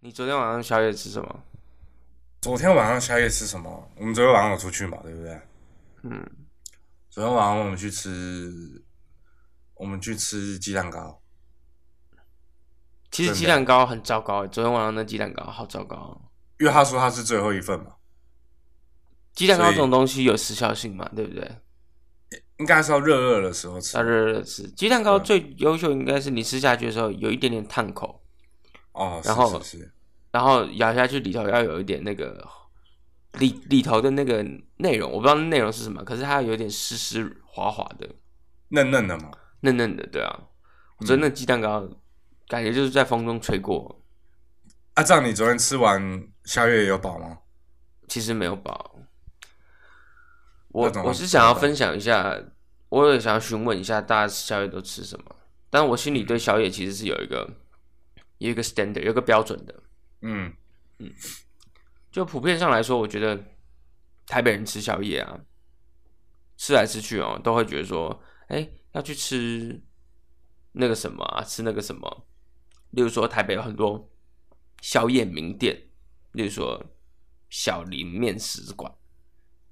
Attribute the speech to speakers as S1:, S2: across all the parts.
S1: 你昨天晚上宵夜吃什么？
S2: 昨天晚上宵夜吃什么？我们昨天晚上有出去嘛，对不对？
S1: 嗯，
S2: 昨天晚上我们去吃，我们去吃鸡蛋糕。
S1: 其实
S2: 真的
S1: 鸡蛋糕很糟糕，昨天晚上那鸡蛋糕好糟糕。
S2: 因为他说他是最后一份嘛，
S1: 鸡蛋糕
S2: 所以
S1: 这种东西有时效性嘛，对不对？
S2: 应该是要热热的时候吃
S1: 要热热的吃。鸡蛋糕最优秀应该是你吃下去的时候有一点点烫口，
S2: 哦。
S1: 然后
S2: 是是是，
S1: 然后咬下去里头要有一点那个里里头的那个内容，我不知道那内容是什么，可是它有点湿湿滑滑的、
S2: 嫩嫩的嘛。
S1: 嫩嫩的，对啊。我
S2: 嗯
S1: 觉得那鸡蛋糕感觉就是在风中吹过，
S2: 啊，这样你昨天吃完宵夜有饱吗？
S1: 其实没有饱。我
S2: 那怎么
S1: 我是想要
S2: 怎么办
S1: 分享一下，我也想要询问一下大家宵夜都吃什么，但我心里对宵夜其实是有一个有一个 standard，有一个标准的。
S2: 嗯，
S1: 就普遍上来说，我觉得台北人吃宵夜啊，吃来吃去哦，都会觉得说，哎、要去吃那个什么啊，吃那个什么。例如说，台北有很多宵夜名店，例如说小林面食馆，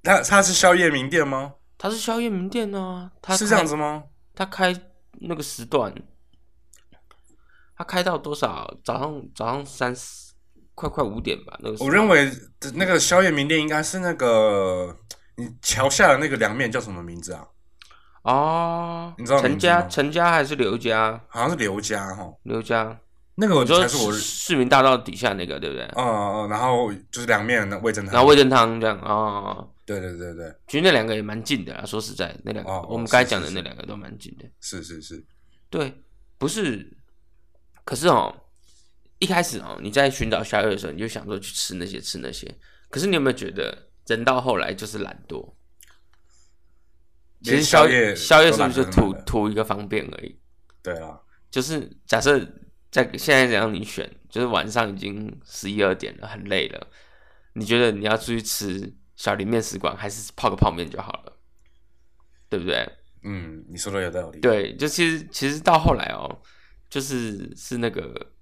S2: 他他是宵夜名店吗？
S1: 它是宵夜名店呢、啊，它
S2: 是
S1: 开
S2: 这样子，吗？
S1: 它开那个时段，它开到多少？早上早上三四快快五点吧，那个时
S2: 我
S1: 候
S2: 认为那个宵夜名店应该是那个你桥下的那个凉面叫什么名字啊？
S1: 哦，
S2: 你知道
S1: 陈
S2: 名字
S1: 家
S2: 吗
S1: 陈家还是刘家？
S2: 好像是刘家哈，
S1: 刘家，
S2: 那个
S1: 我说
S2: 才是我
S1: 市市民大道底下那个，对不对？
S2: 嗯嗯，然后就是凉面、味噌汤，
S1: 然后味噌汤这样哦，
S2: 对对对对，
S1: 其实那两个也蛮近的啦。说实在，那两个、
S2: 哦
S1: 我们
S2: 是
S1: 刚才
S2: 是
S1: 讲的
S2: 是
S1: 那两个都蛮近的。
S2: 是是是，
S1: 对，不是，可是哦，一开始哦，你在寻找宵夜的时候，你就想说去吃那些吃那些，可是你有没有觉得人到后来就是懒惰？其实
S2: 连
S1: 宵
S2: 宵夜
S1: 宵夜是
S2: 都
S1: 不
S2: 懒
S1: 是就
S2: 得
S1: 图
S2: 买了
S1: 图一个方便而已？
S2: 对啦，
S1: 就是假设在现在让你选，就是晚上已经十一二点了，很累了，你觉得你要出去吃小林面食馆，还是泡个泡面就好了，对不对？
S2: 嗯，你说的有道理，，
S1: 对，就其实其实到后来哦，就是是那个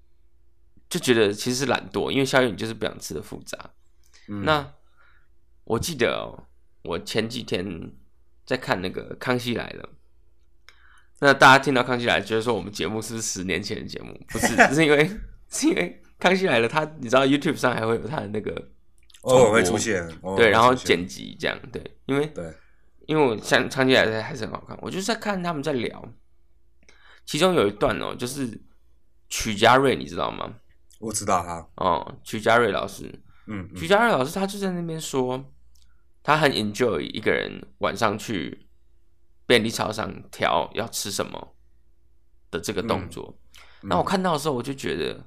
S1: 就觉得其实是懒惰，因为宵夜你就是不想吃的复杂。
S2: 嗯、
S1: 那我记得哦，我前几天在看那个《康熙来了》，那大家听到《康熙来了》，觉得说我们节目是不是十年前的节目？不是，是因为是因为《康熙来了》他，你知道 YouTube 上还会有他的那个
S2: 偶尔会
S1: 重播
S2: 出现，偶尔
S1: 对，
S2: 会
S1: 然后
S2: 出现
S1: 剪辑这样对，因为
S2: 对，
S1: 因为我像《康熙来了》还是很好看，我就是在看他们在聊，其中有一段哦，就是曲家瑞，你知道吗？
S2: 我知道他，
S1: 哦，曲家瑞老师，
S2: 嗯，嗯
S1: 徐家瑞老师他就在那边说，他很 enjoy 一个人晚上去便利超商挑要吃什么的这个动作。
S2: 嗯
S1: 那我看到的时候，我就觉得，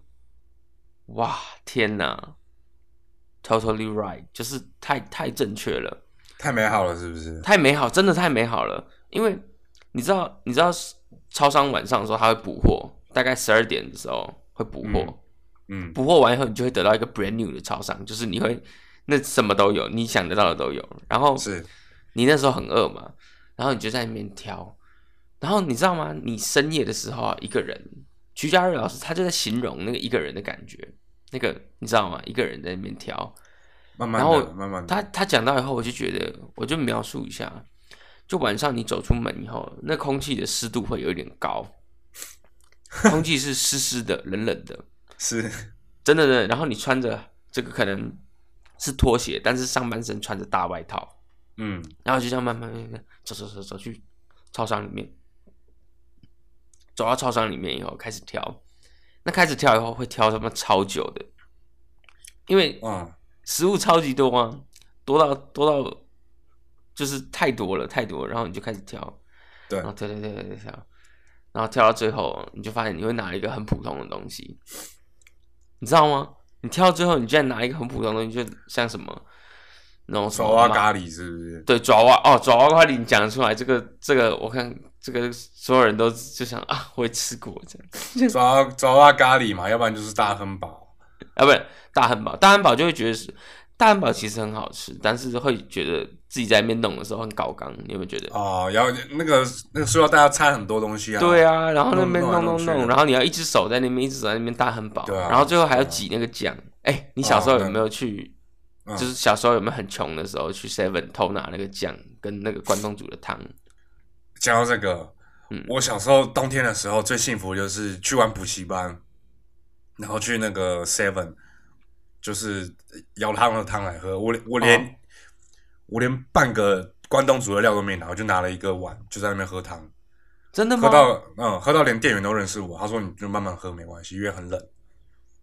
S1: 哇，天哪，totally right，就是太太正确了，
S2: 太美好了，是不是？
S1: 太美好，真的太美好了。因为你知道，你知道超商晚上的时候他会补货，大概十二点的时候会补货。
S2: 嗯嗯，
S1: 补货完以后，你就会得到一个 brand new 的超商，就是你会那什么都有，你想得到的都有。然后
S2: 是，
S1: 你那时候很饿嘛，然后你就在那边挑。然后你知道吗？你深夜的时候啊，一个人，徐家瑞老师他就在形容那个一个人的感觉，那个你知道吗？一个人在那边挑，
S2: 慢慢
S1: 然后
S2: 的，慢慢的，
S1: 他他讲到以后，我就觉得，我就描述一下，就晚上你走出门以后，那空气的湿度会有一点高，空气是湿湿的、冷冷的，
S2: 是，
S1: 真的真的。然后你穿着这个可能是拖鞋，但是上半身穿着大外套，
S2: 嗯，
S1: 然后就这样慢慢慢慢走走走走去超商里面，走到超商里面以后开始挑，那开始挑以后会挑他妈超久的，因为
S2: 嗯，
S1: 食物超级多啊，多到多到就是太多了太多了，然后你就开始挑，
S2: 对
S1: 然，后挑挑挑挑挑挑，然后挑到最后，你就发现你会拿一个很普通的东西，你知道吗？你挑到最后，你居然拿一个很普通的东西，就像什么那种什
S2: 爪
S1: 么
S2: 哇
S1: 麻
S2: 咖喱是不是？
S1: 对爪哇哦，爪哇咖喱，你讲得出来这个这个，我看这个所有人都就想啊，我也吃过这样
S2: 爪哇爪哇咖喱嘛，要不然就是大亨堡，
S1: 啊，不是大汉堡，大汉堡就会觉得是大汉堡其实很好吃，但是会觉得自己在那边弄的时候很搞刚，你有没有觉得？
S2: 哦，然后那个那个塑料袋要掺很多东西啊。
S1: 对
S2: 啊，
S1: 啊，然后那边弄
S2: 弄弄来
S1: 弄
S2: 弄去
S1: 弄，
S2: 的
S1: 然后你要一只手在那边，一只手在那边大汉堡，
S2: 对啊哦
S1: 然后最后还要挤那个酱。哎、你小时候有没有去？
S2: 嗯
S1: 就是小时候有没有很穷的时候去 Seven 偷拿那个酱跟那个关东煮的汤？
S2: 讲到这个，
S1: 嗯
S2: 我小时候冬天的时候最幸福就是去完补习班，然后去那个 Seven，就是舀他们的汤来喝。我连我连、
S1: 哦
S2: 我连半个关东煮的料都没拿，我就拿了一个碗，就在那边喝汤，
S1: 真的
S2: 喝
S1: 吗？
S2: 到嗯，喝到连店员都认识我。他说你就慢慢喝没关系，因为很冷，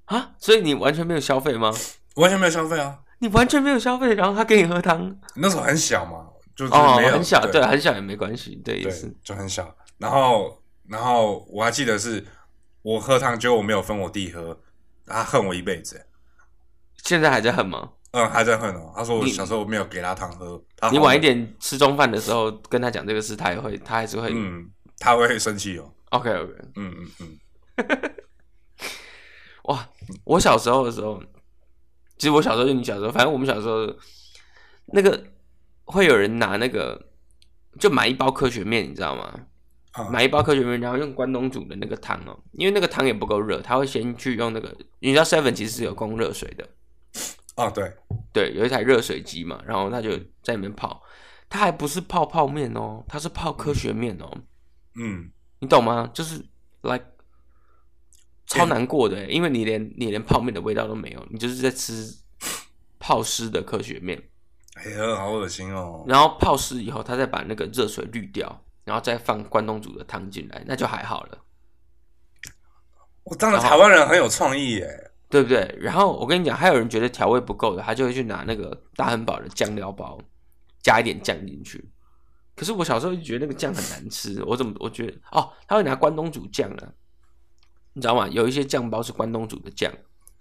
S1: 啊，所以你完全没有消费吗？
S2: 我完全没有消费啊。
S1: 你完全没有消费，然后他给你喝 汤
S2: 那时候很小嘛，就是
S1: 哦，
S2: 没有、
S1: 很小，
S2: 对
S1: 对，很小也没关系，对，也
S2: 对
S1: 是，
S2: 就很小。然后，然后我还记得是我喝汤，结果我没有分我弟喝，他恨我一辈子。
S1: 现在还在恨吗？
S2: 嗯，还在恨哦。他说我
S1: 你
S2: 小时候没有给他汤喝，他
S1: 你
S2: 后
S1: 晚一
S2: 悔，
S1: 点吃中饭的时候跟他讲这个事，他也会，他还是会。
S2: 嗯，他会生气哦。
S1: OK OK，
S2: 嗯嗯嗯，
S1: 哇，我小时候的时候，其实我小时候就你小时候，反正我们小时候那个会有人拿那个就买一包科学面，你知道吗？
S2: 啊
S1: 买一包科学面，然后用关东煮的那个汤哦、因为那个汤也不够热，他会先去用那个，你知道 Seven 其实是有供热水的，
S2: 哦对，
S1: 对，有一台热水机嘛，然后他就在里面泡，他还不是泡泡面哦，他是泡科学面哦，
S2: 嗯，
S1: 你懂吗？就是 like 超难过的欸，因为你连你连泡面的味道都没有，你就是在吃泡湿的科学面，
S2: 哎呀，好恶心哦。
S1: 然后泡湿以后，他再把那个热水滤掉，然后再放关东煮的汤进来，那就还好了，
S2: 我当然台湾人很有创意耶。
S1: 对不对？然后我跟你讲，还有人觉得调味不够的，他就会去拿那个大汉堡的酱料包，加一点酱进去。可是我小时候就觉得那个酱很难吃，我怎么我觉得哦，他会拿关东煮酱啊，你知道吗？有一些酱包是关东煮的酱。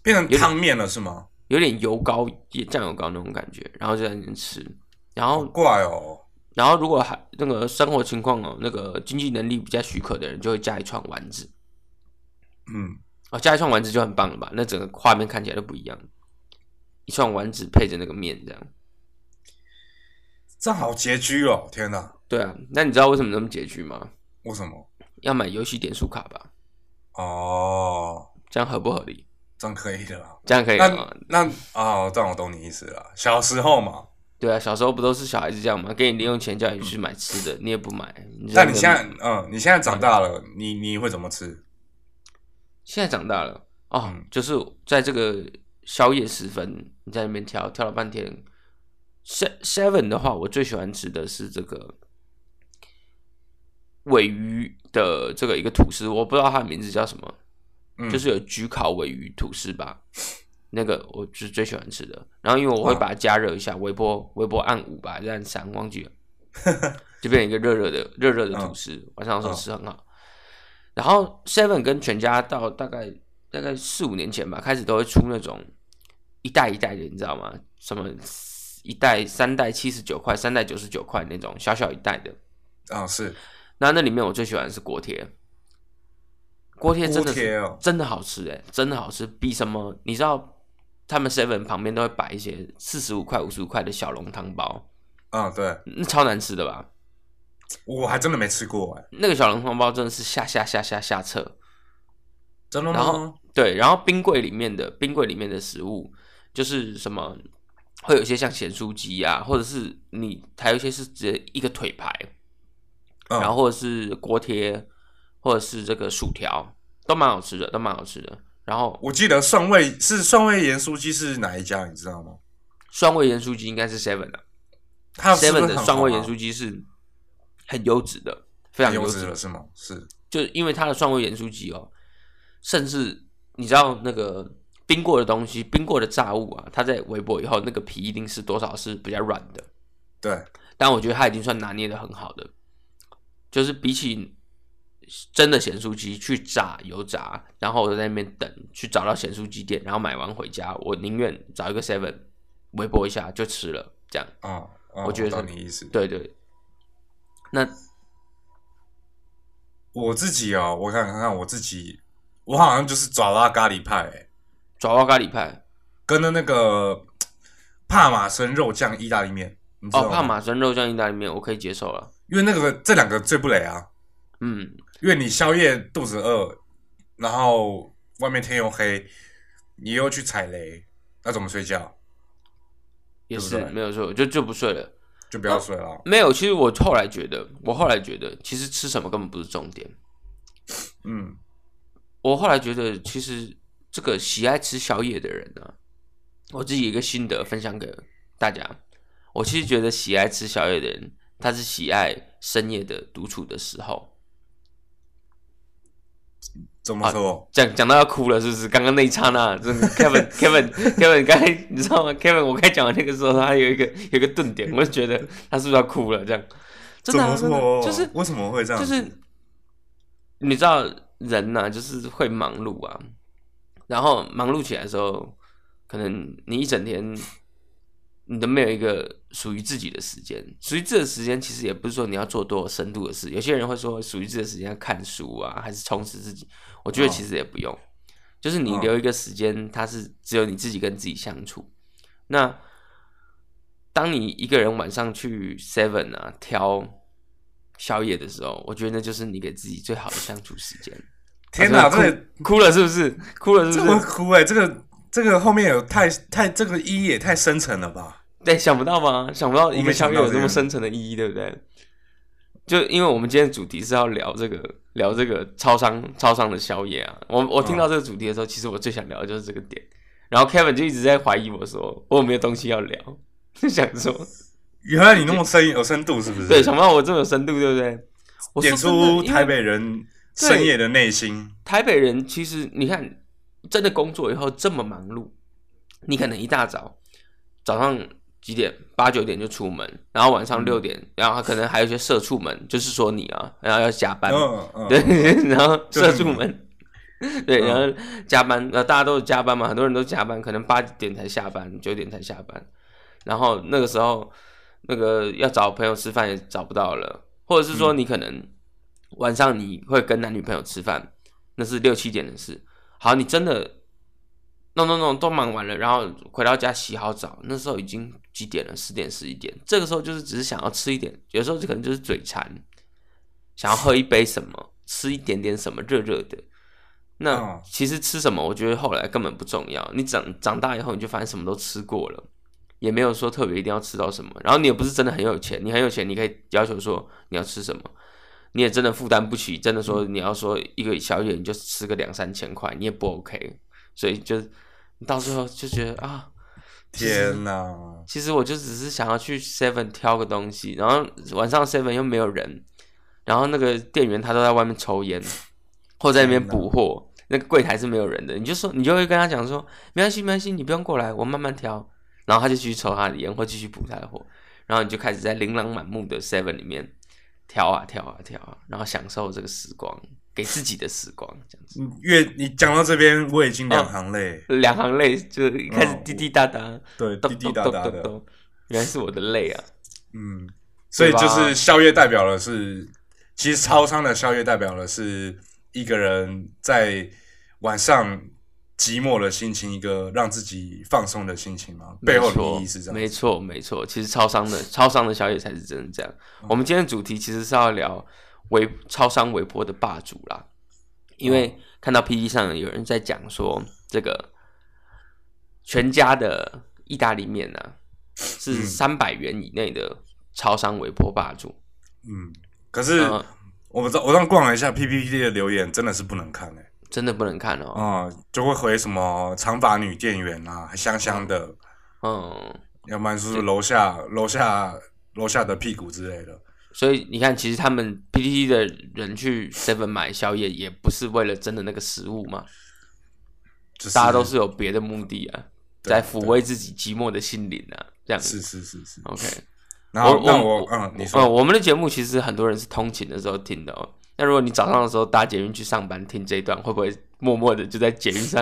S2: 变成汤面了是吗？
S1: 有点油膏酱油膏那种感觉，然后就在那边吃。然后，
S2: 怪哦，
S1: 然后如果还那个生活情况哦，那个经济能力比较许可的人，就会加一串丸子
S2: 嗯，
S1: 哦，加一串丸子就很棒了吧？那整个画面看起来都不一样，一串丸子配着那个面这样。
S2: 这样好拮据哦，天哪，
S1: 对啊，那你知道为什么那么拮据吗？
S2: 为什么？
S1: 要买游戏点数卡吧，
S2: 哦，
S1: 这样合不合理？
S2: 这样可以的啦。
S1: 这样可以吗
S2: 那？那哦，这样我懂你意思了。小时候嘛，
S1: 对啊，小时候不都是小孩子这样吗？给你零用钱叫你去买吃的，你也不买。就
S2: 但你
S1: 在
S2: 现在，嗯，你现在长大了，你你会怎么吃？
S1: 现在长大了哦，
S2: 嗯
S1: 就是在这个宵夜时分，你在那边挑挑了半天。Se- Seven 的话，我最喜欢吃的是这个尾鱼的这个一个吐司，我不知道它的名字叫什么，
S2: 嗯，
S1: 就是有焗烤尾鱼吐司吧。那个我是最喜欢吃的，然后因为我会把它加热一下，微波微波按五吧，还是按三，忘记了，就变成一个热热的热热的吐司，晚上的时候吃很好。然后 Seven 跟全家到大概大概四五年前吧，开始都会出那种一袋一袋的，你知道吗？什么一袋三袋七十九块，三袋九十九块那种小小一袋的。
S2: 啊，是
S1: 那那里面我最喜欢的是锅贴，锅贴真的
S2: 锅贴
S1: 是、
S2: 哦
S1: 真的好吃哎、真的好吃，比什么你知道他们 seven 旁边都会摆一些四十五块、五十五块的小笼汤包，
S2: 啊，对，
S1: 那超难吃的吧？
S2: 我还真的没吃过哎，
S1: 那个小笼汤包真的是下下下下下策，
S2: 真的
S1: 然后
S2: 吗？
S1: 对，然后冰柜里面的冰柜里面的食物就是什么，会有一些像咸酥鸡啊，或者是你还有一些是直接一个腿排，
S2: 嗯
S1: 然后或者是锅贴，或者是这个薯条，都蛮好吃的，都蛮好吃的。然后
S2: 我记得蒜味是蒜味盐酥鸡是哪一家，你知道吗？
S1: 蒜味盐酥鸡应该是 Seven 的
S2: 它是不
S1: ，Seven
S2: 是
S1: 的
S2: 很
S1: 蒜味
S2: 红
S1: 盐
S2: 啊
S1: 酥鸡是很优质的，非常
S2: 很
S1: 优
S2: 优
S1: 质
S2: 质
S1: 的
S2: 了，是吗？是
S1: 就因为它的蒜味盐酥鸡哦，甚至你知道那个冰过的东西，冰过的炸物啊，它在微波以后，那个皮一定是多少是比较软的，
S2: 对，
S1: 但我觉得它已经算拿捏的很好的，就是比起真的咸酥鸡去炸油炸，然后我在那边等，去找到咸酥鸡店，然后买完回家，我宁愿找一个 Seven 微波一下就吃了，这样。
S2: 啊，啊
S1: 我觉得是
S2: 懂你意思。
S1: 对对，那
S2: 我自己哦，我看看看我自己，我欸好像就是爪哇咖喱派，哎
S1: 爪哇咖喱派，
S2: 跟着那个帕玛森肉酱意大利面，你知道
S1: 哦，
S2: 吗？
S1: 帕玛森肉酱意大利面我可以接受了。
S2: 因为那个这两个最不雷啊，
S1: 嗯，
S2: 因为你宵夜肚子饿，然后外面天又黑，你又去踩雷，那怎么睡觉？
S1: 也
S2: 对
S1: 是
S2: 不对
S1: 没有错，就就不睡了。
S2: 就不要睡了。
S1: 没有，其实我后来觉得，我后来觉得，其实吃什么根本不是重点。
S2: 嗯，
S1: 我后来觉得，其实这个喜爱吃宵夜的人呢、我自己有一个心得分享给大家。我其实觉得喜爱吃宵夜的人，他是喜爱深夜的独处的时候。
S2: 怎么说？
S1: 讲讲到要哭了，是不是？刚刚那一刹那，真的 Kevin Kevin Kevin，刚才你知道吗？Kevin，我刚才讲完那个时候，他有一个有一个顿点，我就觉得他是不是要哭了？这样，真
S2: 怎
S1: 的啊、
S2: 么
S1: 真的
S2: 说？
S1: 就是
S2: 为什么会这样
S1: 就
S2: 子？
S1: 是你知道人呐、就是会忙碌啊，然后忙碌起来的时候，可能你一整天你都没有一个属于自己的时间。属于自己的时间，其实也不是说你要做多深度的事。有些人会说，属于自己的时间要看书啊，还是充实自己。我觉得
S2: 哦
S1: 其实也不用，就是你
S2: 哦
S1: 留一个时间，它是只有你自己跟自己相处。那当你一个人晚上去 Seven 啊挑宵夜的时候，我觉得那就是你给自己最好的相处时间。
S2: 天哪，
S1: 啊
S2: 这
S1: 真的
S2: 个
S1: 哭哭了是不是？哭了是
S2: 这
S1: 不
S2: 么
S1: 是？
S2: 哭哎、这个这个后面有太太这个意义也太深沉了吧？
S1: 对，哎想不到吗？想不到一
S2: 我
S1: 个
S2: 没
S1: 宵
S2: 想
S1: 夜
S2: 到
S1: 有这
S2: 这
S1: 么
S2: 个
S1: 深层的意义，对不对？就因为我们今天的主题是要聊这个聊这个超商超商的宵夜啊，我我
S2: 嗯
S1: 听到这个主题的时候，其实我最想聊的就是这个点。然后 Kevin 就一直在怀疑我说我有没有东西要聊， 就想说
S2: 原来你那么深有深度是不是？
S1: 对，想不到我这么有深度，对不对？我说
S2: 点
S1: 真的
S2: 出
S1: 因为
S2: 台北人
S1: 对
S2: 深夜的内心。
S1: 台北人其实你看，真的工作以后这么忙碌，你可能一大早早上几点八九点就出门，然后晚上六点，然后可能还有一些社畜们，就是说你啊，然后要加班，
S2: 嗯嗯，
S1: 对， 然后
S2: 就是
S1: 社
S2: 嗯你
S1: 畜们，对，然后加班，呃，大家都是加班嘛，很多人都加班，可能八点才下班，九点才下班，然后那个时候那个要找朋友吃饭也找不到了，或者是
S2: 嗯
S1: 说你可能晚上你会跟男女朋友吃饭，那是六七点的事。好，你真的弄弄弄都忙完了，然后回到家洗好澡，那时候已经几点了？十点十一点。这个时候就是只是想要吃一点，有时候就可能就是嘴馋，想要喝一杯什么，吃一点点什么热热的。那
S2: 嗯
S1: 其实吃什么，我觉得后来根本不重要。你长长大以后，你就发现什么都吃过了。也没有说特别一定要吃到什么，然后你也不是真的很有钱，你很有钱，你可以要求说你要吃什么，你也真的负担不起，真的说你要说一个宵夜你就吃个两三千块，你也不 OK，所以就到最后就觉得啊，其实
S2: 天哪！
S1: 其实我就只是想要去 Seven 挑个东西，然后晚上 Seven 又没有人，然后那个店员他都在外面抽烟，或在那边补货，那个柜台是没有人的，你就说你就会跟他讲说，没关系没关系，你不用过来，我慢慢挑，然后他就继续抽他的烟或继续补他的货，然后你就开始在琳琅满目的 Seven 里面挑啊挑啊挑啊，然后享受这个时光，给自己的时光，这样子。
S2: 你越你讲到这边，我已经
S1: 啊
S2: 两行泪，
S1: 两行泪就开始滴滴答答，
S2: 对，
S1: 咚
S2: 哦滴滴
S1: 咚
S2: 答
S1: 咚
S2: 答
S1: 咚
S2: 的，
S1: 咚，原来是我的泪啊！
S2: 嗯，所以
S1: 对吧
S2: 就是宵夜代表的是，其实超商的宵夜代表的是一个人在晚上寂寞的心情，一个让自己放松的心情嘛，背后的意义是这样
S1: 没错，没错。没错其实超商的超商的宵夜才是真的这样。我
S2: 嗯
S1: 们今天的主题其实是要聊微超商微波的霸主啦，因
S2: 哦
S1: 为看到 P D 上有人在讲说这个全家的意大利面呢、啊、是
S2: 嗯
S1: 三百元以内的超商微波霸主。
S2: 嗯，可是
S1: 嗯
S2: 我们我刚逛了一下 PPT 的留言，真的是不能看哎、
S1: 真的不能看哦，
S2: 啊、就会回什么长发女店员啊，香香的，
S1: 哦
S2: 哦
S1: 嗯，
S2: 要不然就是楼下楼下楼下的屁股之类的。
S1: 所以你看，其实他们 PPT 的人去 Seven 买宵夜，也不是为了真的那个食物嘛，
S2: 就是
S1: 大家都是有别的目的啊，
S2: 对
S1: 在抚慰自己寂寞的心灵啊，这样子。
S2: 是是是是。
S1: OK，
S2: 然后那
S1: 哦我哦
S2: 我嗯，你说
S1: 我们的节目其实很多人是通勤的时候听的哦。那如果你早上的时候搭捷运去上班听这一段，会不会默默的就在捷运 上，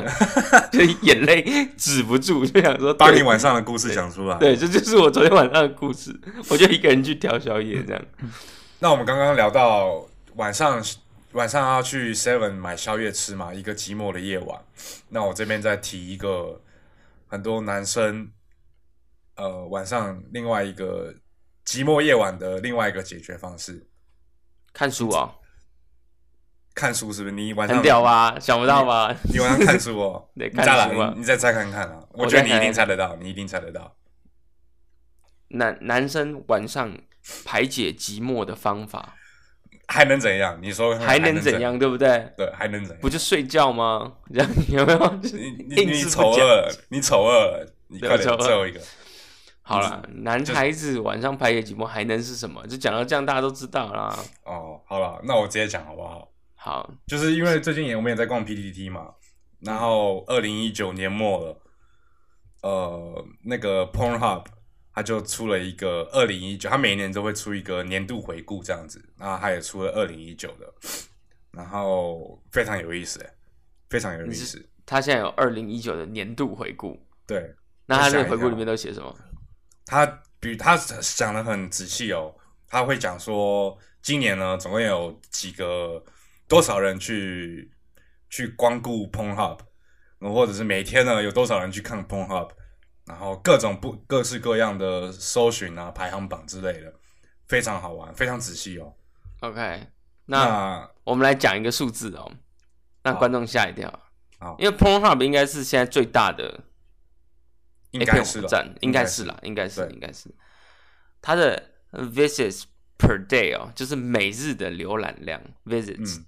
S1: 就眼泪止不住，就想说
S2: 把你
S1: 对
S2: 晚上的故事讲出来。
S1: 对，这就是我昨天晚上的故事。我就一个人去挑宵夜，这样
S2: 那我们刚刚聊到晚上晚上要去 Seven 买宵夜吃嘛，一个寂寞的夜晚。那我这边再提一个很多男生呃晚上另外一个寂寞夜晚的另外一个解决方式。
S1: 看书啊、
S2: 看书是不是？你晚上
S1: 很屌吧？想不到吧？
S2: 你晚上看书哦
S1: ，对
S2: 你再
S1: 看
S2: 来，
S1: 书啊
S2: 你你再猜看看啊！
S1: 我
S2: 我觉得
S1: 再
S2: 你
S1: 猜
S2: 一定猜得到，你一定猜得到。
S1: 男男生晚上排解寂寞的方法
S2: 还能怎样？你说看看
S1: 还
S2: 嗯能
S1: 能怎？样，对不对？
S2: 对，还能怎样
S1: 不？就睡觉吗？ 这样有没有？
S2: 你 你
S1: 硬
S2: 你
S1: 是不
S2: 丑
S1: 讲
S2: 恶，你丑恶，你
S1: 对我
S2: 快点
S1: 丑恶
S2: 最后一个。
S1: 好了，男孩子晚上排解寂寞还能是什么？就讲到这样，大家都知道啦。
S2: 哦，好了，那我直接讲好不好？
S1: 好，
S2: 就是因为最近也我们也在逛 PPT 嘛，然后二零一九年末了，呃，那个 Pornhub 它就出了一个二零一九，它每一年都会出一个年度回顾这样子，那它也出了二零一九的，然后非常有意思，欸非常有意思，
S1: 他现在有二零一九的年度回顾，
S2: 对，
S1: 那他这
S2: 我
S1: 个
S2: 想一
S1: 回顾
S2: 下
S1: 里面都写什么？
S2: 他比他讲的很仔细哦，他会讲说今年呢，总共有几个多少人去去光顾 Pornhub，然后或者是每天呢有多少人去看 Pornhub，然后各种不各式各样的搜寻啊、排行榜之类的，非常好玩，非常仔细哦。
S1: OK，那
S2: 那
S1: 我们来讲一个数字哦，让
S2: 好
S1: 观众吓一跳
S2: 好。
S1: 因为 Pornhub 应该是现在最大的
S2: 应
S1: A
S2: 该
S1: 片
S2: 是
S1: 网
S2: 了
S1: 站，，应该是啦，应该是，
S2: 对
S1: 应该是。它的 visits per day 哦，就是每日的浏览量 visits，、
S2: 嗯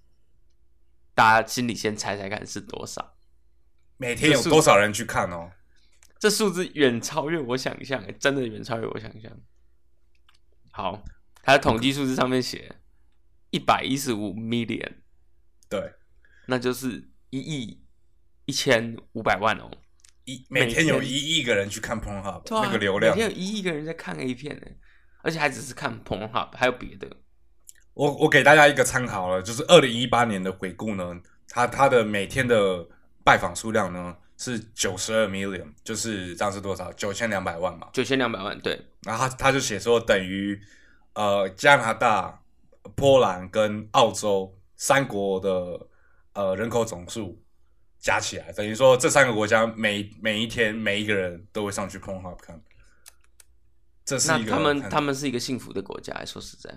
S1: 大家心里先猜猜看是多少？
S2: 每天有多少人去看哦？
S1: 这数字远超越我想象，真的远超越我想象。好，它的统计数字上面写一百一十五 million，
S2: 对，
S1: 那就是一亿一千五百万哦，
S2: 一
S1: 每
S2: 每天有
S1: 天
S2: 一亿个人去看 Pornhub，
S1: 对啊
S2: 那个流量
S1: 每天有一亿个人在看 A 片呢，而且还只是看 Pornhub，还有别的。
S2: 我我给大家一个参考了，就是二零一八年的回顾呢，它它的每天的拜访数量呢是九十二 million，就是这样是多少？九千两百万嘛。
S1: 九千两百万，对，
S2: 然后他他就写说等于呃加拿大、波兰跟澳洲三国的呃人口总数加起来，等于说这三个国家每每一天每一个人都会上去 p o n h u b 看。这是
S1: 那
S2: 一个
S1: 他们
S2: 看
S1: 他们是一个幸福的国家，说实在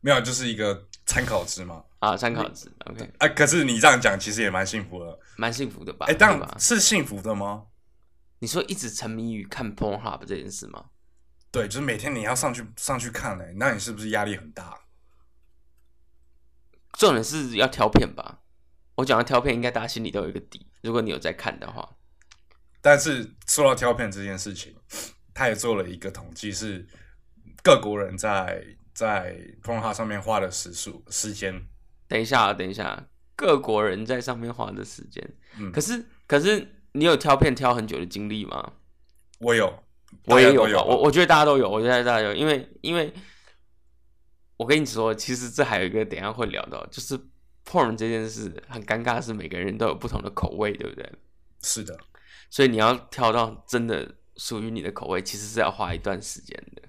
S2: 没有就是一个参考值嘛。
S1: 啊，参考值，OK，
S2: 啊，可是你这样讲其实也蛮幸福的。
S1: 蛮幸福的吧？
S2: 哎、
S1: 啊对
S2: 但
S1: 吧？
S2: 是幸福的吗？
S1: 你说一直沉迷于看 Pornhub 这件事吗？
S2: 对，就是每天你要上去上去看嘞、那你是不是压力很大？
S1: 重点是要挑片吧？我讲到挑片，应该大家心里都有一个底。如果你有在看的话，
S2: 但是说到挑片这件事情，他也做了一个统计，是各国人在在 p o n h u b 上面花的时数时间。
S1: 等一下啊，等一下啊，各国人在上面花的时间，
S2: 嗯
S1: 可是可是你有挑片挑很久的经历吗？
S2: 我有，
S1: 我也有
S2: 大家
S1: 吧，
S2: 都
S1: 我我觉得大家都有，我觉得大家都有，因为因为，我跟你说，其实这还有一个等一下会聊到，就是 porn 这件事很尴尬，是每个人都有不同的口味，对不对？
S2: 是的，
S1: 所以你要挑到真的属于你的口味，其实是要花一段时间的。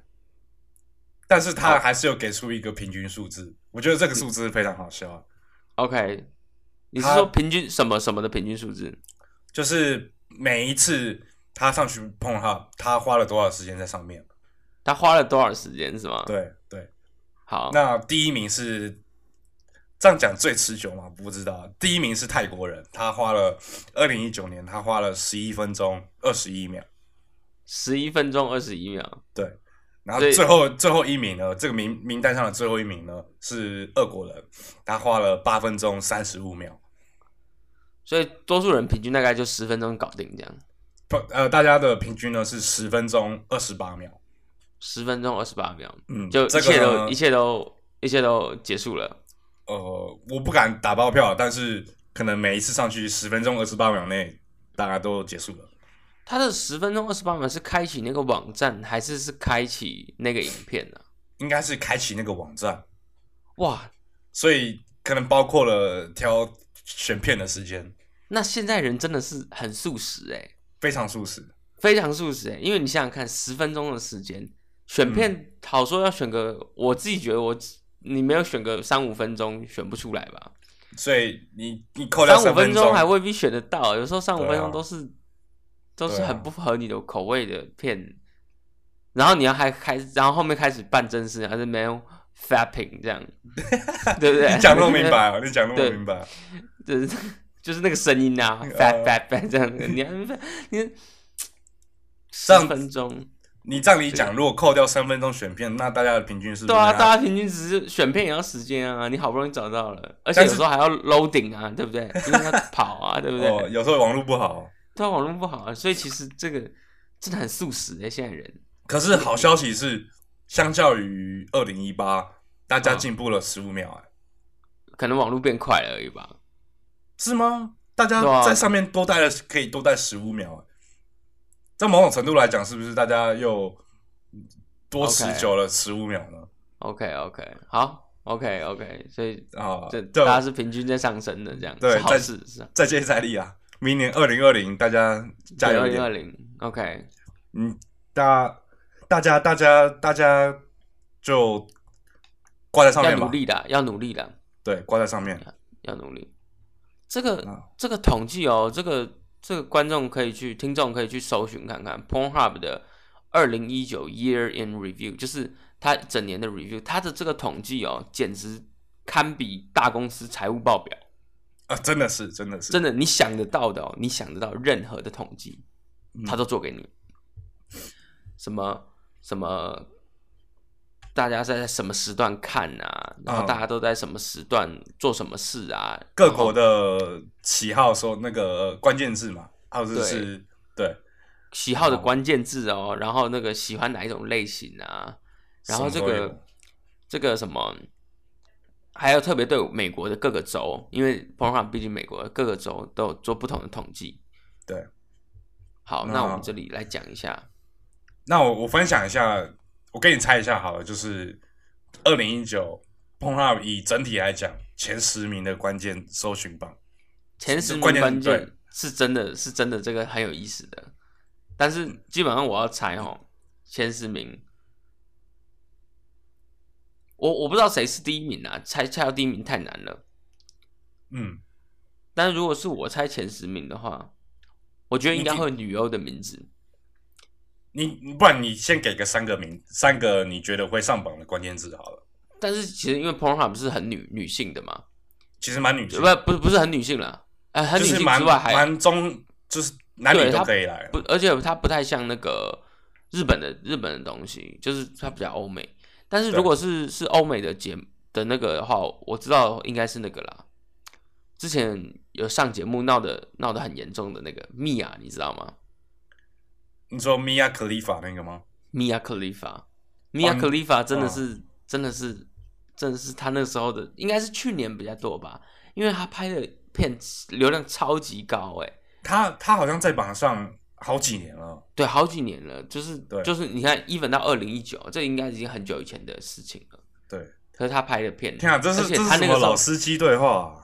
S2: 但是他还是有给出一个平均数字，我觉得这个数字非常好笑啊，
S1: OK，你是
S2: 他
S1: 说平均什么什么的平均数字？
S2: 就是每一次他上去 p o n h u b 他花了多少时间在上面？
S1: 他花了多少时间是吗？，
S2: 对对，
S1: 好，
S2: 那第一名是这样讲最持久吗？不知道。第一名是泰国人，他花了二零一九年，他花了十一分钟二十一秒。
S1: 十一分钟二十一秒，
S2: 然后
S1: 对
S2: 最后最后一名呢，这个名名单上的最后一名呢是俄国人，他花了八分钟三十五秒。
S1: 所以多数人平均大概就十分钟搞定这样，
S2: 不呃，大家的平均呢是十分钟二十八秒。
S1: 十分钟二十八秒。
S2: 嗯，
S1: 就一
S2: 这
S1: 切都、
S2: 个呢
S1: 一切都一切都结束了。
S2: 呃，我不敢打包票，但是可能每一次上去十分钟二十八秒内，大家都结束了。
S1: 他的十分钟二十八秒是开启那个网站，还是是开启那个影片呢、
S2: 应该是开启那个网站，
S1: 哇，
S2: 所以可能包括了挑选片的时间，
S1: 那现在人真的是很速食哎、
S2: 非常速食。
S1: 非常速食哎、因为你想想看，十分钟的时间选
S2: 嗯
S1: 片，好说要选个，我自己觉得我你没有选个三五分钟选不出来吧？
S2: 所以你你扣掉
S1: 三五
S2: 三
S1: 分
S2: 钟
S1: 钟还未必选得到，有时候三五
S2: 对啊
S1: 分钟都是、都是
S2: 对啊
S1: 很不合你的口味的片，然后你要还开，然后后面开始办正事，还是没有 fapping 这样，对不对？
S2: 你讲那么明 白哦，你讲那么
S1: 对
S2: 明白，
S1: 就是就是那个声音
S2: 哦
S1: 啊，fap fap fap 这样，你还你十
S2: 样
S1: 分钟，
S2: 你这样你讲，如果扣掉三分钟选片，那大家的平均是不
S1: 对
S2: 是
S1: 啊，
S2: 大
S1: 大家平均只是选片也要时间啊，你 好不容易找到了，而且
S2: 但
S1: 有
S2: 是
S1: 时候还要 loading 啊，对不 对？因为要跑啊，对不对？
S2: 哦，有时候网络不好。
S1: 对啊，网络不好啊，所以其实这个真的很速食诶、现在人
S2: 可是好消息是，相较于二零一八，大家进步了十五秒、哎、
S1: 可能网络变快了而已吧。
S2: 是吗？大
S1: 对
S2: 家
S1: 啊
S2: 在上面多待了，可以多待十五秒、哎，在某种程度来讲，是不是大家又多
S1: OK
S2: 持久了十五秒呢？
S1: OK OK，好，OK OK，所以
S2: 啊，
S1: 这
S2: 对
S1: 大家是平均在上升的，这样
S2: 对
S1: 是好
S2: 在
S1: 事是啊。
S2: 再接再厉啊！明年二零二零，大家加油
S1: 二
S2: 一
S1: 零二
S2: 点，
S1: 零，OK，
S2: 嗯，大大家大家大家就挂在上
S1: 要
S2: 面
S1: 努
S2: 吧，
S1: 力的，要努力的，
S2: 对，挂在上面。
S1: 要努力。这个、
S2: 啊
S1: 这个统计哦，这个这个观众可以去，听众可以去搜寻看看 Pornhub 的二零一九 Year in Review，就是它整年的 review，它的这个统计哦，简直堪比大公司财务报表。
S2: 啊，真的是，真的是，
S1: 真的你想得到的哦，你想得到任何的统计
S2: 嗯，
S1: 他都做给你。什么什么，大家在什么时段看啊？然后
S2: 嗯
S1: 大家都在什么时段做什么事啊？
S2: 各国的喜好说那个关键字嘛，或者
S1: 对
S2: 是对，
S1: 喜好的关键字哦，然后那个喜欢哪一种类型啊？然后这
S2: 什么都有
S1: 个这个什么，还有特别对美国的各个州，因为 p o r n h u b 毕竟美国各个州都有做不同的统计。
S2: 对，
S1: 好，
S2: 那
S1: 那我们这里来讲一下，
S2: 那我我分享一下，我给你猜一下好了，就是二零一九 p o n h u 以整体来讲前十名的关键搜寻榜，
S1: 前十名
S2: 关键
S1: 关
S2: 对
S1: 键是真的是真的这个很有意思的，但是基本上我要猜哦，前十名，我我不知道谁是第一名啊，猜猜到第一名太难了。
S2: 嗯，
S1: 但是如果是我猜前十名的话，我觉得应该会有女优的名字。
S2: 你你不然你先给个三个名，三个你觉得会上榜的关键字好了，
S1: 但是其实因为 Pornhub 是很女女性的嘛，
S2: 其实蛮女性，
S1: 不不是不是很女性啦，呃，很
S2: 就
S1: 女性
S2: 是
S1: 之
S2: 蛮
S1: 外还
S2: 蛮中，就是男女
S1: 对
S2: 都
S1: 它
S2: 可以来，
S1: 不，而且它不太像那个日本的日本的东西，就是它比较欧美。但是
S2: 对
S1: 如果是是欧美的节目的那个的话，我知道应该是那个啦。之前有上节目闹的闹得很严重的那个米娅，你知道吗？
S2: 你说 Mia Khalifa 那个吗？
S1: Mia Khalifa，Mia
S2: 你
S1: Khalifa 真的是、真的是真的是他那时候的，应该是去年比较多吧，因为他拍的片流量超级高哎、
S2: 他他好像在榜上好几年了，
S1: 对，好几年了，就是
S2: 对
S1: 就是你看，even 到二零一九，这应该已经很久以前的事情了。
S2: 对。
S1: 可是他拍的片，
S2: 天啊，这
S1: 而
S2: 是
S1: 且
S2: 这是
S1: 他那
S2: 什
S1: 个
S2: 么
S1: 时候
S2: 老司机对话、啊？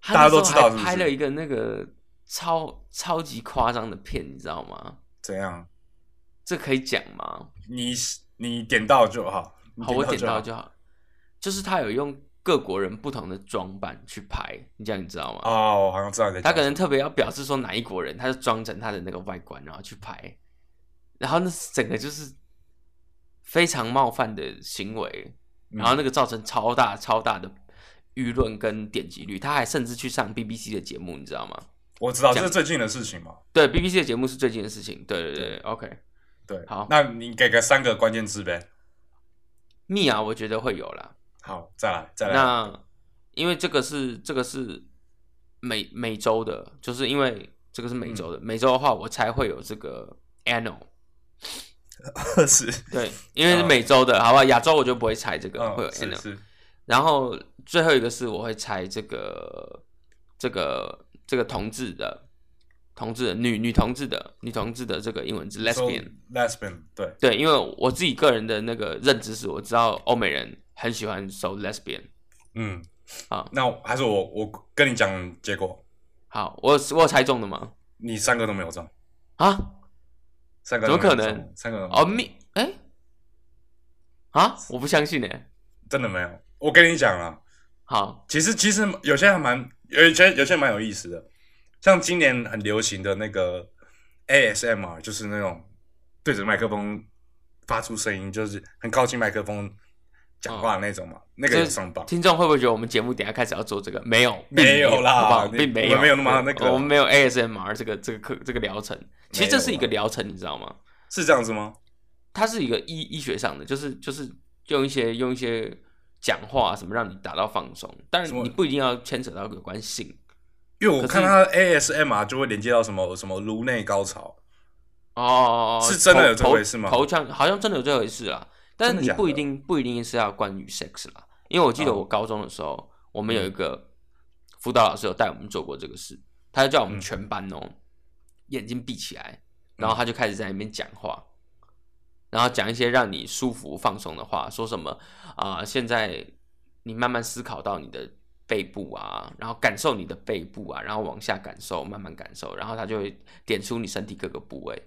S1: 他那
S2: 大家
S1: 时
S2: 都
S1: 候
S2: 知道是不是
S1: 还拍了一个那个超超级夸张的片，你知道吗？
S2: 怎样？
S1: 这可以讲吗？
S2: 你你点到就好。你
S1: 好，我点
S2: 好
S1: 到就好。就是他有用各国人不同的装扮去拍，你这样你知道吗？
S2: 哦，我好像知道你在
S1: 他
S2: 讲
S1: 可
S2: 什么。
S1: 能特别要表示说哪一国人，他就装成他的那个外观，然后去拍，然后那整个就是非常冒犯的行为，
S2: 嗯
S1: 然后那个造成超大超大的舆论跟点击率，他还甚至去上 BBC 的节目，你知道吗？
S2: 我知道这是最近的事情嘛。
S1: 对，BBC 的节目是最近的事情，对对对，OK，
S2: 对，
S1: 好
S2: 那你给个三个关键字呗。
S1: 蜜啊，我觉得会有啦。
S2: 好，再来，再来。
S1: 那因为这个是这个是美美洲的，就是因为这个是美洲的，
S2: 嗯
S1: 美洲的话，我才会有这个 anal。
S2: 二十，
S1: 对，因为是
S2: 嗯
S1: 美洲的，好吧，亚洲我就不会猜这个，会有
S2: 嗯，
S1: N
S2: 是
S1: 的。
S2: 是，
S1: 然后最后一个是我会猜这个这个这个同志的同志的女女同志的女同志的这个英文字 lesbian。
S2: lesbian，对，
S1: 对，因为我自己个人的那个认知是，我知道欧美人很喜欢搜 lesbian。
S2: 嗯，
S1: 好
S2: 那我还是我我跟你讲结果，
S1: 好，我有我有猜中的吗？
S2: 你三个都没有中，
S1: 啊，
S2: 三个
S1: 怎么
S2: 都没有
S1: 可
S2: 中
S1: 能？
S2: 三个都没有
S1: 哦
S2: 中
S1: 蜜，哎、啊，我不相信哎、
S2: 真的没有。我跟你讲了，
S1: 好，
S2: 其实其实有些还蛮有些有些蛮有意思的，像今年很流行的那个 ASMR，就是那种对着麦克风发出声音，就是很靠近麦克风讲话的那
S1: 哦
S2: 种嘛，那个也上榜。
S1: 听众会不会觉得我们节目等一下开始要做这个？没有，并
S2: 没有啦
S1: 好不好
S2: 你
S1: 并没
S2: 我
S1: 有，
S2: 们没有那么那个
S1: 我们没有 ASMR 这个这个课这个疗程。其实这是一个疗程，你知道吗？
S2: 是这样子吗？
S1: 它是一个医医学上的，就是就是用一些用一些讲话啊什么让你达到放松，当
S2: 什
S1: 然
S2: 么
S1: 你不一定要牵扯到有关性
S2: 因为我
S1: 可是
S2: 看他的 ASMR 就会连接到什么什么颅内高潮，
S1: 哦。
S2: 是真的
S1: 头
S2: 有这回事吗
S1: 头头腔好像真的有这回事啦，但是
S2: 真的
S1: 你
S2: 假的
S1: 不一定不一定是要关于 sex 啦，因为我记得
S2: 哦
S1: 我高中的时候，我们有一个辅导老师有带我们做过这个事，他就叫我们全班哦、眼睛闭起来，然后他就开始在那边讲话。然后讲一些让你舒服放松的话，说什么啊、现在你慢慢思考到你的背部啊，然后感受你的背部啊，然后往下感受，慢慢感受，然后他就会点出你身体各个部位，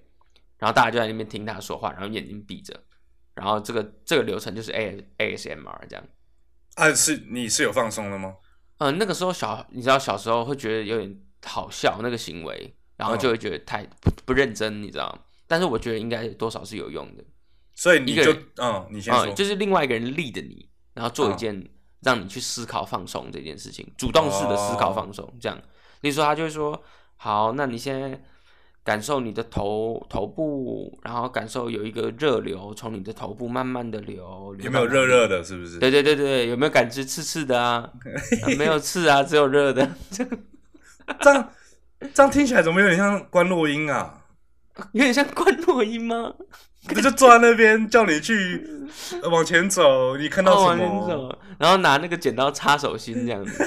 S1: 然后大家就在那边听他说话，然后眼睛闭着，然后这个这个流程就是 A ASMR 这样。
S2: 啊，是你是有放松的吗？
S1: 嗯、那个时候小，你知道小时候会觉得有点好笑那个行为，然后就会觉得太不不认真，你知道吗？但是我觉得应该多少是有用的。
S2: 所以你
S1: 一个
S2: 就
S1: 人
S2: 嗯，你先
S1: 啊、
S2: 说，
S1: 就是另外一个人 lead 你，然后做一
S2: 嗯
S1: 件让你去思考放松这件事情，主动式的思考
S2: 哦
S1: 放松。这样，例如说他就会说：“好，那你现在感受你的头头部，然后感受有一个热流从你的头部慢慢的流，流
S2: 有没有
S1: 到哪
S2: 热
S1: 里
S2: 热？的？是不是？
S1: 对对对对，有没有感知刺刺的 啊？啊没有刺啊，只有热的。
S2: 这样这样听起来怎么有点像关录音啊？
S1: 有点像关落音吗？
S2: 他就坐在那边叫你去呃往前走， 你看到
S1: 哦
S2: 什
S1: 往
S2: 么？
S1: 前走，然后拿那个剪刀插手心这样子。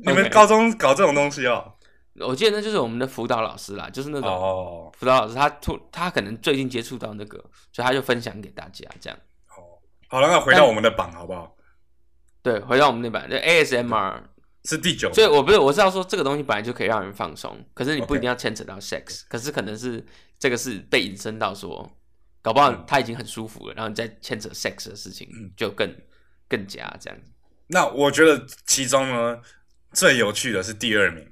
S2: 你们
S1: OK
S2: 高中搞这种东西哦？
S1: 我记得那就是我们的辅导老师啦，就是那种
S2: 哦，
S1: 辅导老师他突他可能最近接触到那个，所以他就分享给大家这样。
S2: 好了，那回到我们的榜好不好？
S1: 对，回到我们那版，就 ASMR，
S2: 是第九名，
S1: 所以我不是我是要说这个东西本来就可以让人放松，可是你不
S2: OK
S1: 一定要牵扯到 sex，可是可能是这个是被引申到说，搞不好
S2: 嗯
S1: 他已经很舒服了，然后你再牵扯 sex 的事情
S2: 嗯
S1: 就更更加这样。
S2: 那我觉得其中呢最有趣的是第二名，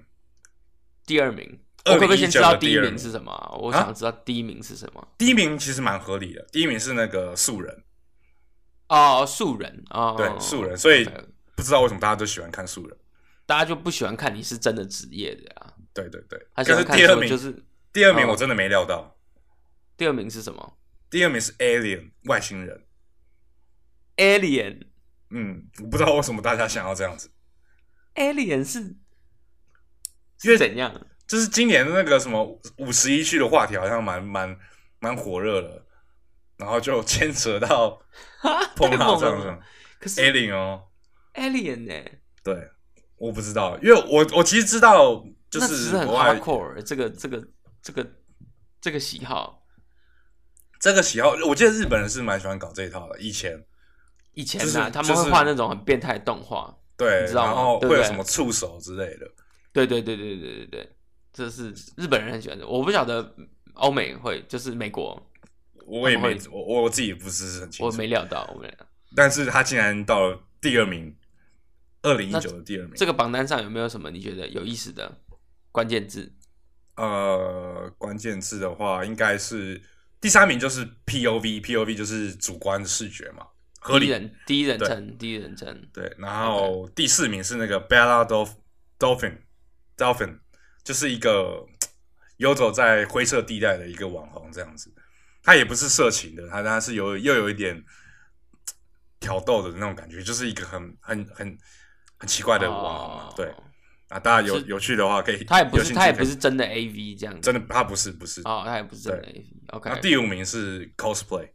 S1: 第二名，我
S2: 2019
S1: 可不可以先知道
S2: 的
S1: 第
S2: 第
S1: 一
S2: 二
S1: 名
S2: 名
S1: 是什么啊？我
S2: 啊
S1: 想知道第一名是什么。
S2: 第一名其实蛮合理的，第一名是那个素人，
S1: 哦，素人哦，
S2: 对素人，所以
S1: OK
S2: 不知道为什么大家都喜欢看素人。
S1: 大家就不喜欢看你是真的职业的啊，
S2: 对对对，
S1: 他喜
S2: 可
S1: 欢
S2: 是
S1: 看
S2: 第二
S1: 说
S2: 名，
S1: 就是
S2: 第二名
S1: 哦
S2: 我真的没料到，
S1: 第二名是什么
S2: 第二名是 Alien 外星人。
S1: ？Alien，Alien
S2: 嗯，我不知道为什么大家想要这样子，
S1: 是
S2: 因为
S1: 是怎样？
S2: 就是今年那个什么五十一区的话题好像蛮蛮蛮火热的，然后就牵扯到碰
S1: 太
S2: 到
S1: 猛
S2: 这样子
S1: 了！可是
S2: Alien 哦，
S1: Alien 呢、
S2: 对，我不知道，因为我我其实知道，就
S1: 那只
S2: 是
S1: 是很
S2: 国外
S1: hardcore 这个这个这个这个喜好，
S2: 这个喜好，我记得日本人是蛮喜欢搞这一套的，以前
S1: 以前
S2: 就是
S1: 啊、他们
S2: 就
S1: 会
S2: 是
S1: 画那种很变态的动画，
S2: 对
S1: 你，知道吗
S2: 然后
S1: 对
S2: 会
S1: 不
S2: 有
S1: 对
S2: 什么触手之类的，
S1: 对对对对对对对，这是日本人很喜欢的，我不晓得欧美会，就是美国，
S2: 我也没
S1: 他们
S2: 我我我自己也不是很清
S1: 我
S2: 楚，
S1: 没料到，我们
S2: 但是他竟然到了第二名，二零一九的第二名，
S1: 这个榜单上有没有什么你觉得有意思的关键字？
S2: 呃，关键字的话，应该是第三名就是 POV，POV 就是主观的视觉嘛，合
S1: 第一
S2: 理。
S1: 人第一人称，第一人称，
S2: 对，然后第四名是那个 Bella Dolph- Dolphin Dolphin，就是一个嘖游走在灰色地带的一个网红这样子。他也不是色情的，他他是有又有一点嘖挑逗的那种感觉，就是一个很很很很奇怪的网红啊。
S1: 哦
S2: 对啊，大家有有趣的话可以，
S1: 他也不
S2: 有
S1: 是
S2: 兴趣
S1: 他也不
S2: 可以
S1: 是真的 A V 这样子
S2: 真，的，他不是不是
S1: 哦，他也不是真的
S2: 对
S1: A V。
S2: 然后
S1: OK，
S2: 第五名是 cosplay，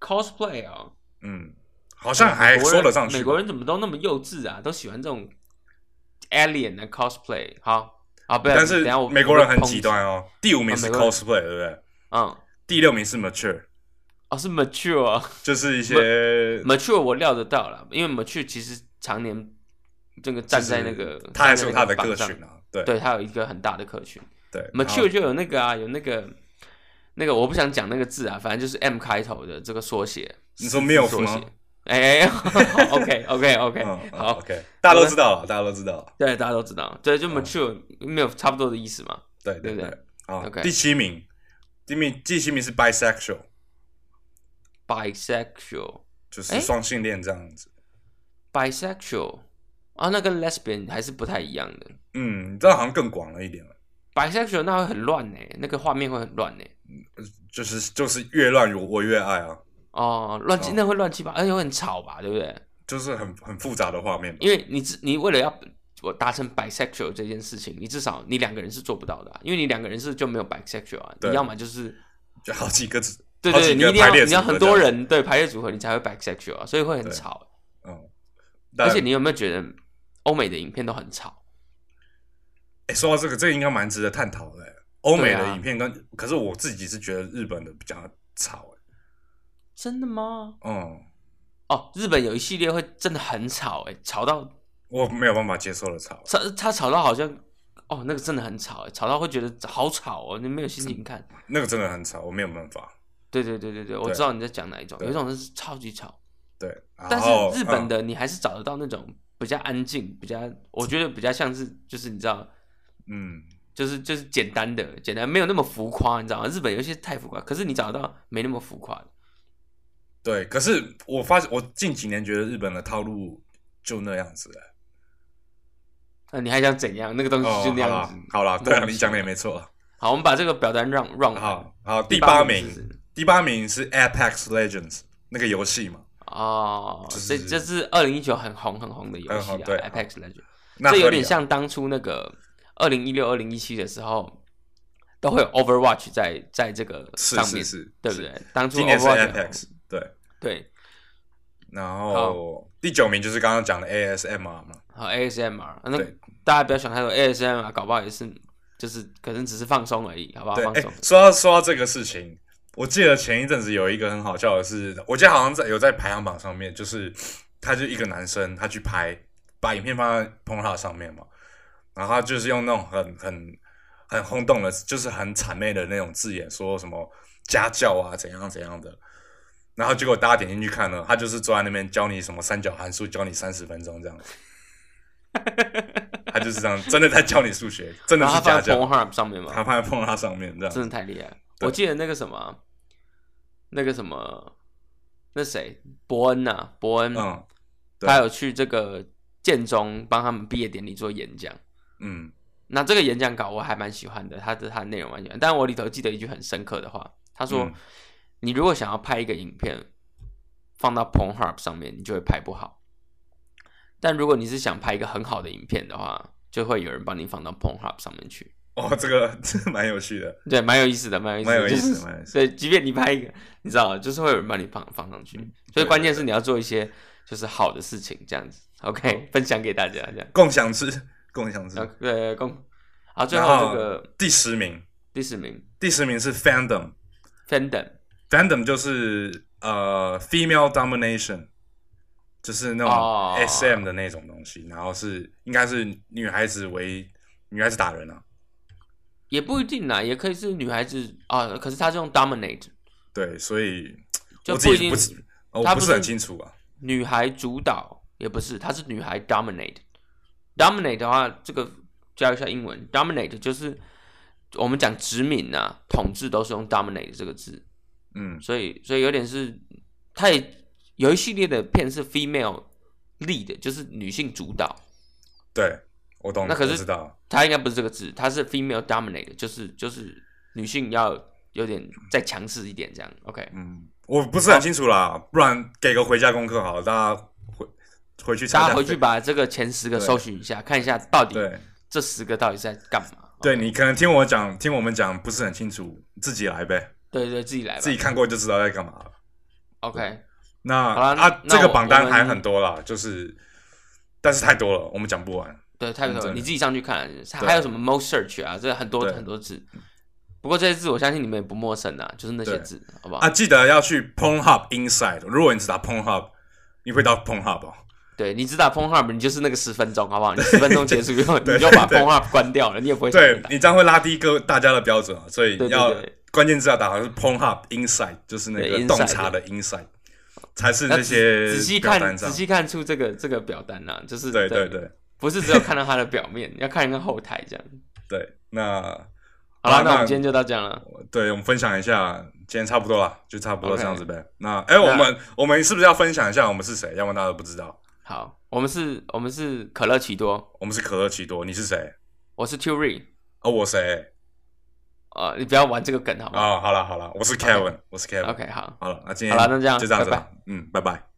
S1: cosplay 啊，
S2: 嗯，好像还说得上去吧。
S1: 美国人怎么都那么幼稚啊？都喜欢这种 alien 的 cosplay。好，好，不要，
S2: 但是
S1: 等一下我
S2: 美国人很极，
S1: 我
S2: 端哦。第五名是
S1: 啊美国人
S2: cosplay，对不对？
S1: 会抨击嗯，
S2: 第六名是 mature，
S1: 哦，是 mature 啊
S2: 就是一些
S1: mature 我料得到了，因为 mature 其实常年这个站在那个，
S2: 就是他还是有他的
S1: 站在那个榜
S2: 个
S1: 上
S2: 群啊，对
S1: 对他有一个很大的客群。
S2: 对。然
S1: mature
S2: 后
S1: 就有那个啊，有那个那个我不想讲那个字啊，反正就是 M 开头的这个缩写。
S2: 你说
S1: 是
S2: MILF
S1: 缩写
S2: 吗？
S1: 哎、哎 ，OK OK OK，、
S2: 嗯嗯嗯
S1: 好，
S2: ，OK，大家都知道了，大家都知道了，
S1: 对，大家都知道，对，就 mature 没有差不多的意思嘛。
S2: 对对
S1: 对
S2: 对
S1: 对。
S2: 好，
S1: OK
S2: 第七名，第名第七名是 bisexual，
S1: bisexual
S2: 就是双性恋这样子。
S1: bisexual 啊，那跟 lesbian 还是不太一样的。
S2: 嗯，这好像更广了一点了，
S1: bisexual 那会很乱呢、那个画面会很乱呢、
S2: 就是就是越乱我我越爱啊，
S1: 哦，乱七
S2: 哦
S1: 那会乱七八，而且会很吵吧，对不对？
S2: 就是很很复杂的画面吧。
S1: 因为你至你为了要我达成 bisexual 这件事情，你至少你两个人是做不到的啊、因为你两个人是就没有 bisexual 啊，
S2: 对
S1: 你要么就是
S2: 就好几个字，
S1: 对
S2: 好
S1: 对，
S2: 几
S1: 你
S2: 个
S1: 一定要
S2: 排列组合
S1: 你要很多
S2: 这样，
S1: 人对排列组合，你才会 bisexual 啊，所以会很
S2: 对
S1: 吵。
S2: 嗯，但
S1: 而且你有没有觉得欧美的影片都很吵？
S2: 诶哎说到这个，这个应该蛮值得探讨的、欸欧
S1: 对
S2: 美
S1: 啊
S2: 的影片跟、可是我自己是觉得日本的比较吵、
S1: 真的吗？
S2: 诶嗯，
S1: 哦，日本有一系列会真的很吵、欸，吵到
S2: 我没有办法接受的吵。
S1: 吵，他吵到好像，哦，那个真的很吵、欸，吵到会觉得好吵哦，你没有心情 看。
S2: 那个真的很吵，我没有办法。
S1: 对对对对对，我
S2: 对
S1: 知道你在讲哪一种，
S2: 对
S1: 有一种是超级吵，
S2: 对，然
S1: 但
S2: 后
S1: 是日本、
S2: 嗯
S1: 的你还是找得到那种比较安静，比较我觉得比较像是就是你知道，
S2: 嗯，
S1: 就是就是简单的简单，没有那么浮夸，你知道吗？日本有一些太浮夸，可是你找得到没那么浮夸的。
S2: 对。可是我发现，我近几年觉得日本的套路就那样子了。
S1: 那你还想怎样？那个东
S2: 哦
S1: 西嗯就那
S2: 好
S1: 样
S2: 啦
S1: 子。
S2: 好啦，对
S1: 那
S2: 啊，
S1: 不
S2: 你
S1: 行
S2: 讲的也没错。
S1: 好，我们把这个表单让让完
S2: 好好，第
S1: 第
S2: 八
S1: 八
S2: 名
S1: 名是谁，
S2: 第八名是 Apex Legends 那个游戏嘛？
S1: 哦，
S2: 就是
S1: 这这是二零一九很红很红的游
S2: 很
S1: 戏
S2: 红
S1: 啊
S2: 对
S1: ，Apex Legends，
S2: 那
S1: 这有
S2: 合理
S1: 点
S2: 啊
S1: 像当初那个二零一六、二零一七的时候，都会有 Overwatch 在在这个
S2: 是
S1: 上
S2: 是
S1: 面，
S2: 是，
S1: 对不
S2: 是？
S1: 对？当初
S2: 今年是
S1: Overwatch
S2: Apex 对，
S1: 对，
S2: 然后第九名就是刚刚讲的 ASMR 嘛，
S1: 好 ASMR，那
S2: 对
S1: 大家不要想太多，ASMR 搞不好也是就是可能只是放松而已，好不好？
S2: 对，
S1: 放
S2: 哎
S1: 松，，
S2: 说到说到这个事情，我记得前一阵子有一个很好笑的是，我记得好像在有在排行榜上面，就是他就一个男生，他去拍把影片放在 p o n h u 上面嘛，然后他就是用那种很很很轰动的，就是很谄媚的那种字眼，说什么家教啊怎样怎样的。然后结果大家点进去看呢，他就是坐在那边教你什么三角函数，教你三十分钟这 样，他就是这样，真的在教你数学，真的
S1: 然后
S2: 是
S1: 它
S2: 家
S1: 放在
S2: 教，
S1: Pornhub 上面嘛，
S2: 他放在 p o n h u 上面这样，
S1: 真的太厉害了。
S2: 对
S1: 我记得那个什么，啊那个什么，那谁，伯恩呐、伯恩，
S2: 嗯对
S1: 他有去这个建中帮他们毕业典礼做演讲。
S2: 嗯，
S1: 那这个演讲稿我还蛮喜欢的，他的他的内容蛮喜欢，但我里头记得一句很深刻的话，他说：“
S2: 嗯
S1: 你如果想要拍一个影片放到 Pornhub 上面，你就会拍不好；但如果你是想拍一个很好的影片的话，就会有人帮你放到 Pornhub 上面去。”
S2: 哦，这个 这蛮有趣的，
S1: 对，蛮有意思的，蛮有意思
S2: 蛮
S1: 的，
S2: 有意思
S1: 就是
S2: 蛮有意思
S1: 对，即便你拍一个，你知道，就是会有人帮你放放上去，所
S2: 嗯对
S1: 以关键是你要做一些就是好的事情，这样子。OK，分享给大家这样。
S2: 共享制，共享制。
S1: 呃，对，共好，最
S2: 嗯然
S1: 后这个
S2: 第十名，
S1: 第四名
S2: 第十名是 fandom，fandom
S1: ，Fandom
S2: 就是呃 female domination，就是那
S1: 哦
S2: 种 SM 的那种东西，然后是应该是女孩子为女孩子打人啊，
S1: 也不一定啦，也可以是女孩子啊，可是她是用 dominate，
S2: 对，所以
S1: 就
S2: 我
S1: 不
S2: 自
S1: 一
S2: 己
S1: 定
S2: 不是我
S1: 他
S2: 不
S1: 不
S2: 是
S1: 是
S2: 很清楚啊，
S1: 女孩主导，也不是，她是女孩 dominate。dominate 的话，这个教一下英文，dominate 就是我们讲殖民啊、统治都是用 dominate 这个字。
S2: 嗯
S1: 所以所以有点是，它也有一系列的片是 female lead，就是女性主导。
S2: 对，我懂，
S1: 那可是
S2: 我知道，
S1: 它应该不是这个字，它是 female dominate，就是就是女性要有点再强势一点这样。OK，
S2: 嗯，我不是很清楚啦，不然给个回家功课好了，大家回回去查一
S1: 大
S2: 下
S1: 家回去把这个前十个
S2: 对
S1: 搜寻一下，看一下到底
S2: 对。
S1: 这十个到底在干嘛。
S2: 对你可能听我讲，听我们讲不是很清楚，自己来呗，
S1: 对对，自己来吧。
S2: 自己看过就知道在干嘛了。
S1: OK，
S2: 那
S1: 好啦那
S2: 啊，
S1: 那
S2: 这个
S1: 我
S2: 榜单
S1: 我们
S2: 还很多啦，就是，但是太多了，我们讲不完。
S1: 对，太多
S2: 真
S1: 了，
S2: 的
S1: 你自己上去看。还有什么 most search 啊，这很多
S2: 对
S1: 很多字。不过这些字我相信你们也不陌生啊，就是那些
S2: 对
S1: 字，好不好？
S2: 啊，记得要去 Pornhub Inside，如果你只打 Pornhub，你会到 Pornhub 哦。
S1: 对，你只打 p o n h u b 你就是那个十分钟，好 不好？你十分钟结束以后，你就把 p
S2: 对
S1: o n h u b 关掉了，你也不会想
S2: 对
S1: 打。
S2: 你这样会拉低个大家的标准啊，所以
S1: 对对
S2: 要
S1: 对
S2: 关键字要打好是 Pornhub Inside，就是那
S1: 对
S2: 个
S1: ，Inside
S2: 洞察的 Inside，才是
S1: 那
S2: 那些
S1: 仔仔细
S2: 表单
S1: 看，
S2: 上
S1: 仔细看出这个这个表单啊，就是
S2: 对对对。
S1: 不是只有看到它的表面，要看一看后台这样。
S2: 对，那
S1: 好了，那我
S2: 那
S1: 们今天就到这样了。
S2: 对，我们分享一下，今天差不多了，就差不多
S1: OK
S2: 这样子呗。那哎，我们我们是不是要分享一下我们是谁？要不然大家都不知道，
S1: 好，我们是，我们是可乐奇多，
S2: 我们是可乐奇多，你是谁？
S1: 我是 Turi，
S2: 哦，我谁？
S1: 啊、呃，你不要玩这个梗好吗
S2: 哦啊，好了好了，我是 Kevin，我是 Kevin。
S1: ？OK，好，
S2: 好了，那今天
S1: 好了那这样
S2: 就这样子
S1: 拜拜
S2: 了，嗯，拜拜。